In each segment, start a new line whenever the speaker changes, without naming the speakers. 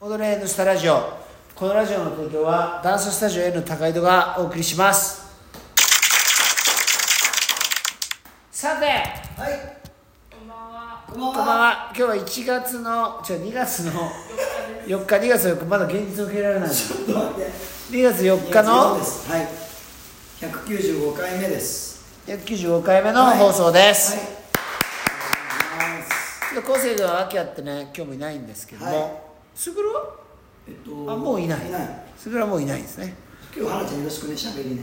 オドレーヌスタラジオこのラジオの提供はダンススタジオ N の高井戸がお送りしますさて
はい、
こんばんは。
こんばん
こんばん
は。
は今日は1月のじゃ2月の4日2月の4日まだ現実受けられない
ちょっと待って。
2月4日の
です。はい。百九十五回目です。
195回目の放送です、
はい。
で昴生君は秋あってね今日もいないんですけど
はい
もすぐるは
えっと。
あもういない
いない。
すぐるはもういないですね
今日花ちゃんよろしくね、喋りね。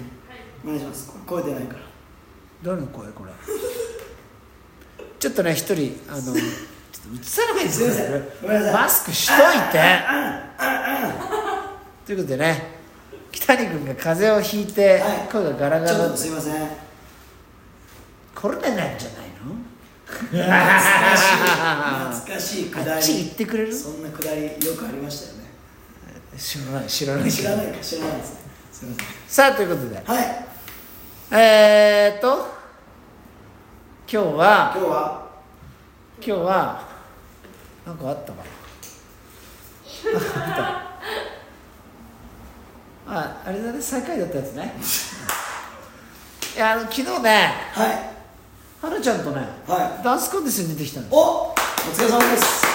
お願いします。声出ないから。
誰の声これちょっとね一人あのちょっと映さなきゃいです
すいませんごめんなさい
マスクしといてということでね北谷君が風邪をひいて
はい
声がガラガ
ちょ
ラ
っとすいません。
コロナなんじゃないの
懐かしい。懐かしいくだ
あっち行っ
り。
てくれる
そんなくだりよくありましたよね。
知らない知らない
知らないか、知らないですね。すいま
さあということで
せん。はい。
えーっと今日は
今日は。
今日はなんかあったかなああったああれだね最下位だったやつねいやあの昨日ね
はい。
はるちゃんとね
は
ダンスコンテストに出てきたんで
お。お疲れ様です。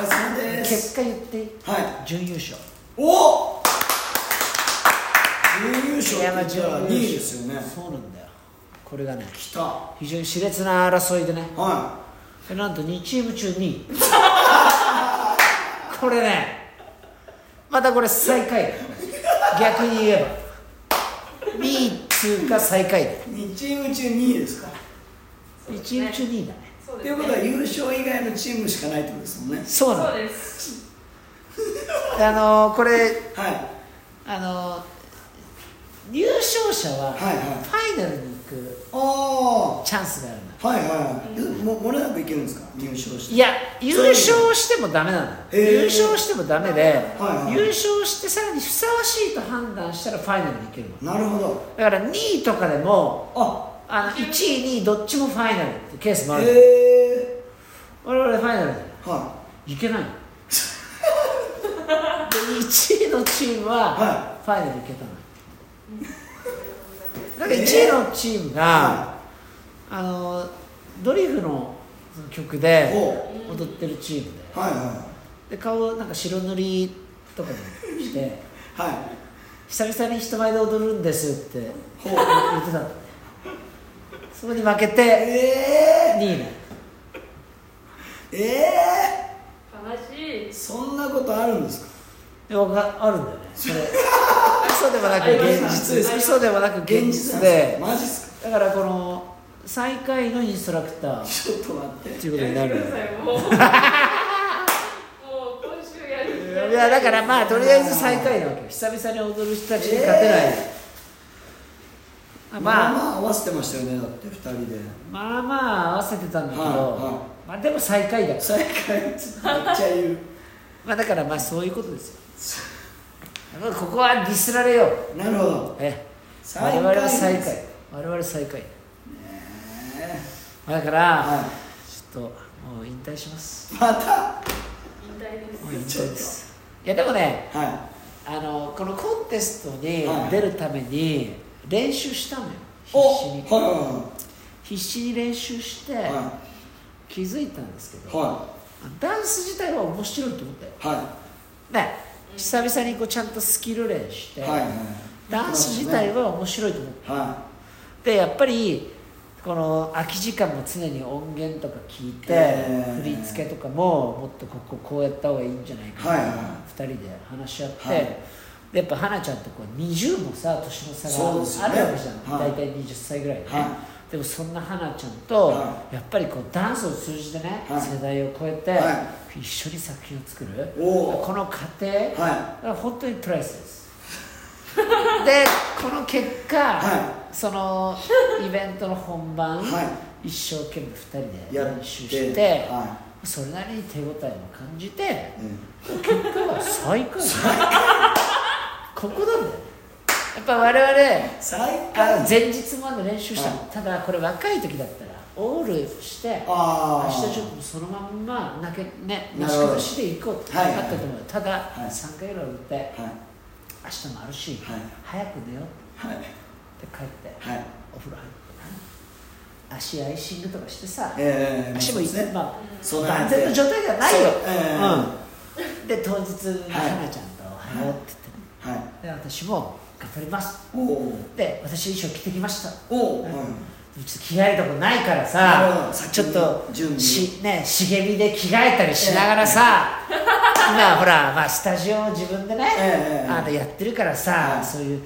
お疲れ様ですす。
結果言っていい
はい。
準優勝
お準優勝って言ったら2位ですよね
そうなんだよこれがね
きたは
非常に熾烈な争いでね
い
でなんと2チーム中2位 これねまたこれ最下位だ逆に言えば2位っつうか最下位だ
2チーム中2位ですか
そう
2
です
チーム
ね
中2位だね
そう
っ
で
てい
すね
うことは優勝以外のチームしかないってことですもんね
そうな
そう
ので
です。
あのーこれ
はい
あのー優勝者はフ
はいはい
ァイナルに行く
あ
チャンスがあるんだ
あはいはいはいももれなくいけるんですか入賞して
い
い
や優勝してもダメなのよ
へー
優勝してもダメで、
はい
優勝してさらにふさわしいと判断したらファイナルに行けるの
なるほど
だから2位とかでも
あ
あの1位2位どっちもファイナルってケースもある、
へえ
我々ファイナルじゃな
はい
いいけ ないので1位のチーム
は
はファイナルいけたの、なんか1位のチームが、
は
あのドリフの曲で
お
踊ってるチームで
いはいは
で顔なんか白塗りとかにして
いはい
久々に人前で踊るんですって
ほ
言
う
ってたのねそこに負けて2
え
位ね
ええ
悲しい
え。そんなことあるんですか
いやがあるんだよねそ れ嘘でもなく現実です嘘でもなく現実
なんす
で
かマジっすか
だからこの最下位のインストラクター
ちょっと待って
っていうことになる
やめてくださいもう。もう今週やる。
いやだからまあとりあえず最下位なわけよ久々に踊る人たちに勝てない、
え
あ
まあ
まあ
まあ合わせてましたよねだって2人で
まあまあ合わせてたんだけど、
はいは
まあでも最下位だ
最下位めっちゃ言う
まあだからまあそういうことですよ まあここはディスられよう
なるほど
え我
最下位
々は最
で
下
す
位我々は最下位
ね
まあだか
え
ら、
は
ちょっともう引退します
いまた
引退です。
もう
はい
引退ですいやでもね
は
あのこのコンテストに
はい
出るために練習したのよ
い
必
お
死に
は
必死に練習して
いはいは
気づいたんですけ
い
ど、
は
ダンス自体は面白いと思ったよ
いはい
ね久々にこうちゃんとスキル練して、
はいはい
ダンス自体
は
は面白いと思った
は
でやっぱりこの空き時間も常に音源とか聞いて、
えー
振り付けとかももっとこここうやった方がいいんじゃないかな、
はいは
2人で話し合って、
はい
でやっぱ花ちゃんとこう20もさ年の差
そうですよ
があ
ね
るわけじゃん、
はい
大体20歳ぐらいで、ね
は
でもそんな花ちゃんと、
は
やっぱりこうダンスを通じてね、
はい
世代を超えて、
は
一緒に作品を作る
おー
この過程、
いは
だから本当にプライスですでこの結果、
は
そのイベントの本番、
は
一生懸命2人
い
で
やっ
練
て
習して
は
それなりに手応えも感じて
いうん
結果は最高ここなんだよねやっぱ我々
最
あ
下
の
位
前日まで練習したの、
は
ただこれ若い時だったらオールして明
ああ
日ちょっとそのまんまなけ、ね、な
なる
し
ほど
崩しで行こうって
は
ないったと思う、ただ、
はい
3回ぐらい打って
はい
明日もあるし、
はい
早く出ようっ
はい
て帰って
はい
お風呂入って足アイシングとかしてさ
ええ
足もいって、ま
そう
あ、
なん
万
で
全の状態じゃないよ
そう、ええ
うん、で当日、
はい
花ちゃんと「おはよう」って言ってね
はい
で私も頑張ります
おお
で私衣装着てきました
おお、
うん
はい
ちょっと着替えるとこないから
なるほ
さ
ど先
ちょっと
に準備
し、ね、茂みで着替えたりしながらさ、今ほら、まあ、スタジオを自分でね、
ええ
あのやってるからさ、
はい
そういう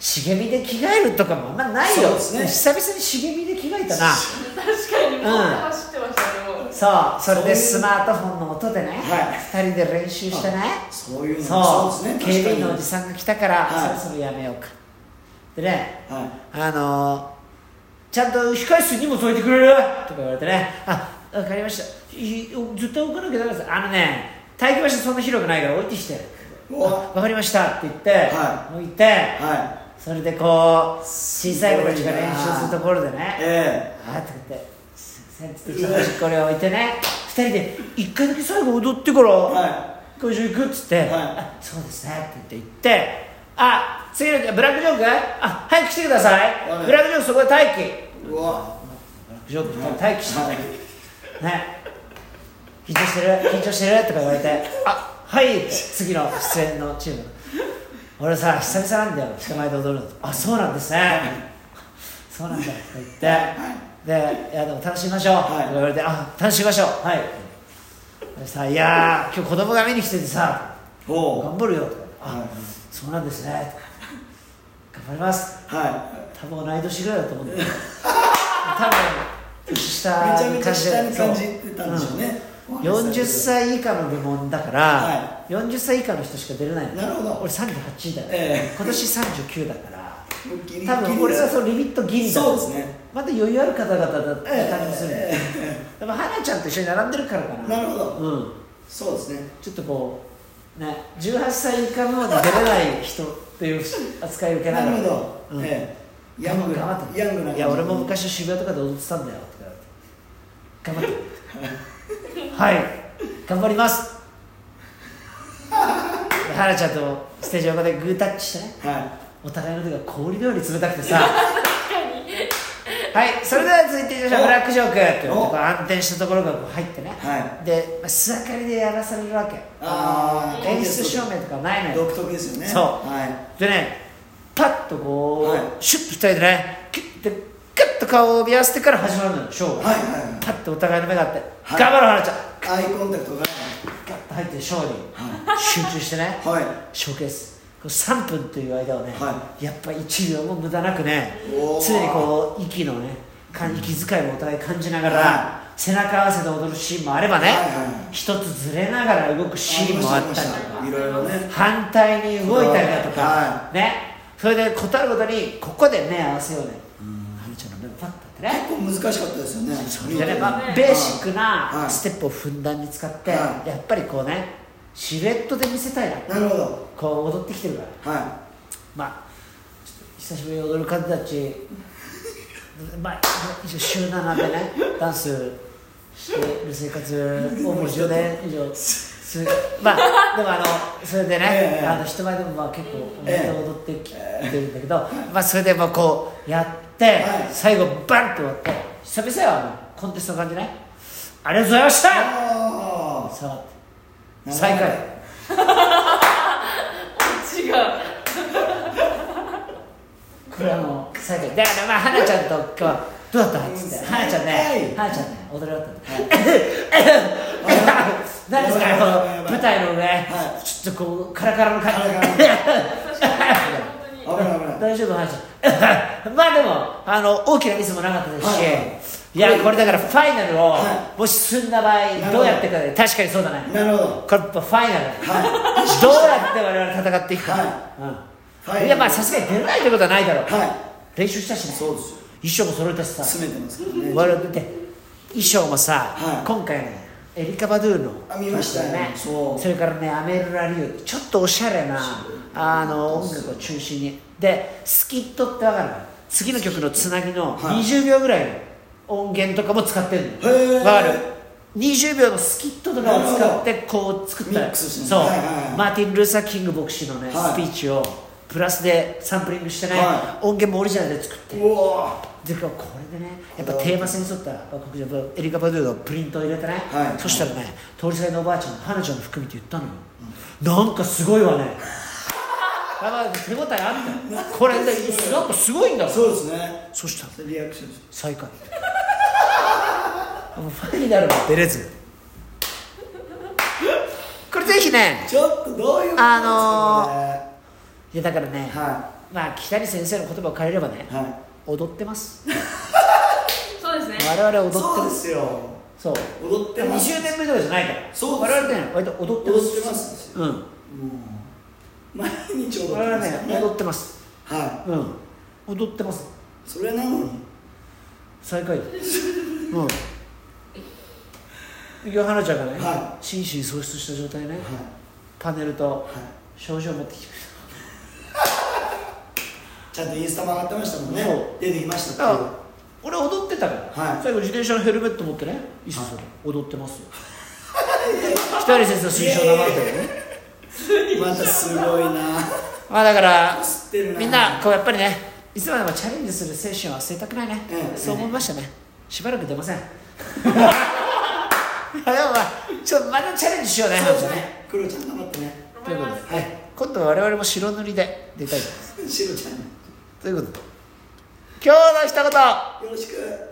茂みで着替えるとかもあんまないよ
そうですね
久々に茂みで着替えたな
確かにもう走ってましたねもう
そうそれで
そうい
ス
う
マートフォンの音でね、
はい
二2人で練習してね
そういうの
そう
そうですね
警備員のおじ
確
さんが来たから、
はい
そろそろやめようかでね
かにはい
あのー、ちゃんと控室にも添えてくれるとか言われてねあわかりましたいずっと置かなきゃダメですあのね待機場所そんな広くないから置いてきてあ
うわ
わかりましたって言って、
は
置いて
は
それでこう小さい子たちが練習するところで
い
ね
え
あーって言ってすいませんっつってちょっと端っこれ置いてね二人で一回だけ最後踊ってから、
えは
会場行くっつって、
い
あそうですねって言って行ってあ次の日ブラックジョークあ早く来てください、
はい
ブラックジョークそこで待機
いうわ
ブラックジョークの待機して
はい
ね緊張してる緊張してるとか言われてあはいって次の出演のチーム俺さ久々なんだよ人前で踊るのあそうなんですねそうなんだとか言ってでいやでも楽しみましょう、
はい
とか言われてあ楽しみましょうはいでさいやー今日子供が見に来ててさ
おお
頑張るよとか、あ、
はい
そうなんですねとか頑張ります
は
多分同い年ぐらいだと思うん だけど多分年
い
下
めちゃめちゃ下に感じ
そう
てたんでしょうね、
40歳以下の部門だから、
は
40歳以下の人しか出れないの
なるほど
俺38だよ、
ええ
今年39だから
ギリギリ
多分俺はそのリミットギリだ
そうですね
また余裕ある方々だった感じするんだよ、
え
でも花ちゃんと一緒に並んでるからかな
なるほど
うん
そうですね
ちょっとこう、ね、18歳以下まで出れない人っていう扱いを受けな
な
が
る
ら
ほど、
うん
ええヤ
頑張
ン
っ
グ
て頑張って
ヤングな感じ
いや俺も昔渋谷とかで踊ってたんだよとか言 われて頑張ってはい頑張りますで花ちゃんとステージ横でグータッチしてね
は
お互いの手が氷のように冷たくてさ
確かに
はいそれでは続いていきましょう
お
ブラックジョークって
お
こう暗転したところがこう入ってね、
は
で、まあ、素明かりでやらされるわけ
あー
演出照明とかないのよ
独特ですよね
そう
は
でねパッとこう、
はい
シュッと2人でねキュッてガッと顔を見合わせてから始まるのよショー
い
が、
はいはい
パッとお互いの目があって、
はい
頑張ろう花ちゃん
はいアイコンタクトが
ガッと入ってショーに集中してね、
はい
ショーケースこう3分という間をね、
は
やっぱ1秒も無駄なくね
おー
常にこう息のねか息遣いもお互い感じながら、
は
背中合わせで踊るシーンもあればね、
はいはい
一つずれながら動くシーンもあったりと
りました
か
いろいろね
反対に動いたりだとか、
は
ねそれで断るごとにここで目合わせようねはるちゃんの目がパッとあってね
結構難しかったですよね
それでね、
ね
まあ、ベーシック
は
ないステップをふんだんに使って、
は
やっぱりこうねシルエットで見せたいな
なるほど
こう踊ってきてるから
は
まあちょっと久しぶりに踊る方たち まあ一応週7でねダンスしてる生活をもう10年以上すまあでもあのそれでね、
ええ
あの人前でもまあ結構踊っ
ええ
て踊ってきてるんだけど、まあそれでもこうやって、
はい
最後バンと終わって久々よあのコンテストの感じねありがとうございまし
い
た
あ
さあ
あ
最下位
違う
これはもう最後だからまあ花ちゃんと今日はどうだったっつって
うん
花ちゃんね
は
花ちゃんね踊り終わったんだ
はい
何ですか
や
こ
ばいや
の
ばいやばい
舞台の上、
は
ちょっとこうカラカラの感
カラ
じ
カ
確か
危
に本
ない危ない
大丈夫花ちゃん まあでもあの大きなミスもなかったですし、
はいいはい
やこれだからファイナルを、
は
もし進んだ場
るほ
合
ど
どうやってかで確かにそうだね
なるほど
これやっぱファイナル、
は
どうやって我々戦っていくか、
は
うん、
い
いやまあさすがに出ないってことはないだろう、
いは
練習したし
い
ね
そうですよ
衣装も揃えたしさ
詰めてますからね
我々って衣装もさ、
はい
今回ねエリカ・バドゥーの
あ見ましたよ
ね
そう
れからねアメルラ・リュウちょっとおしゃれなあの音楽を中心にでスキットってわかる次の曲のつなぎの
はい
20秒ぐらいの音源とかも使ってるの
へー
わかる20秒のスキットとかを使ってこう作った
ミックスしてね
そう、
はいはいはい
マーティン・ルーサー・キング牧師のね、
はい
スピーチをプラスでサンプリングしてね、
は
音源もオリジナルで作って
うわ
でこれでねやっぱテーマ性に沿った僕やっぱエリカ・バドゥーのプリントを入れてね、
はい
そしたらね通りすがりのおばあちゃん花ちゃんも含めて言ったのよ、なんかすごいわねやばい手応えあったよこれですなんかすごいんだ
ー
もん
そうですね
そしたら
リアクションです
最下位もうファンになるの出れずこれぜひね
ちょっとどういうことですか、
あいやだからね、
これは
まあ北谷先生の言葉を借りればね
いは
踊ってます
そうですね
我々踊っ
い
て
そう
ま
ですすよ
そう
踊ってます
20年目とかじゃないから
そうです
我々ね割と踊ってま
踊
す
ってます
うん
毎日踊って
我々
ます
ね踊ってます
は
うん踊ってます
いそれなのに
最下位 うん今日花ちゃんがね、
は
心神喪失した状態ね、
はい
パネルと
はい
症状持ってきて
ちゃんとインスタも上がってましたもんね
そ
出てきました
だか
っていう
ら俺踊ってたから、
はい
最後自転車のヘルメット持ってね一緒踊ってますよ北谷先生の推奨なまってるね
またすごいな
まあだから
知ってるな
みんなこうやっぱりねいつまでもチャレンジする精神を忘れたくないね、
うん
そう思いましたねしばらく出ま せんいやでもまあちょっとまたチャレンジしようね
そうですねクロちゃん頑張ってね
という
頑張
こ
り
とで
ま
す
はい
今度は我々も白塗りで出たいです
シロちゃん
ということで今日の一言
よろしく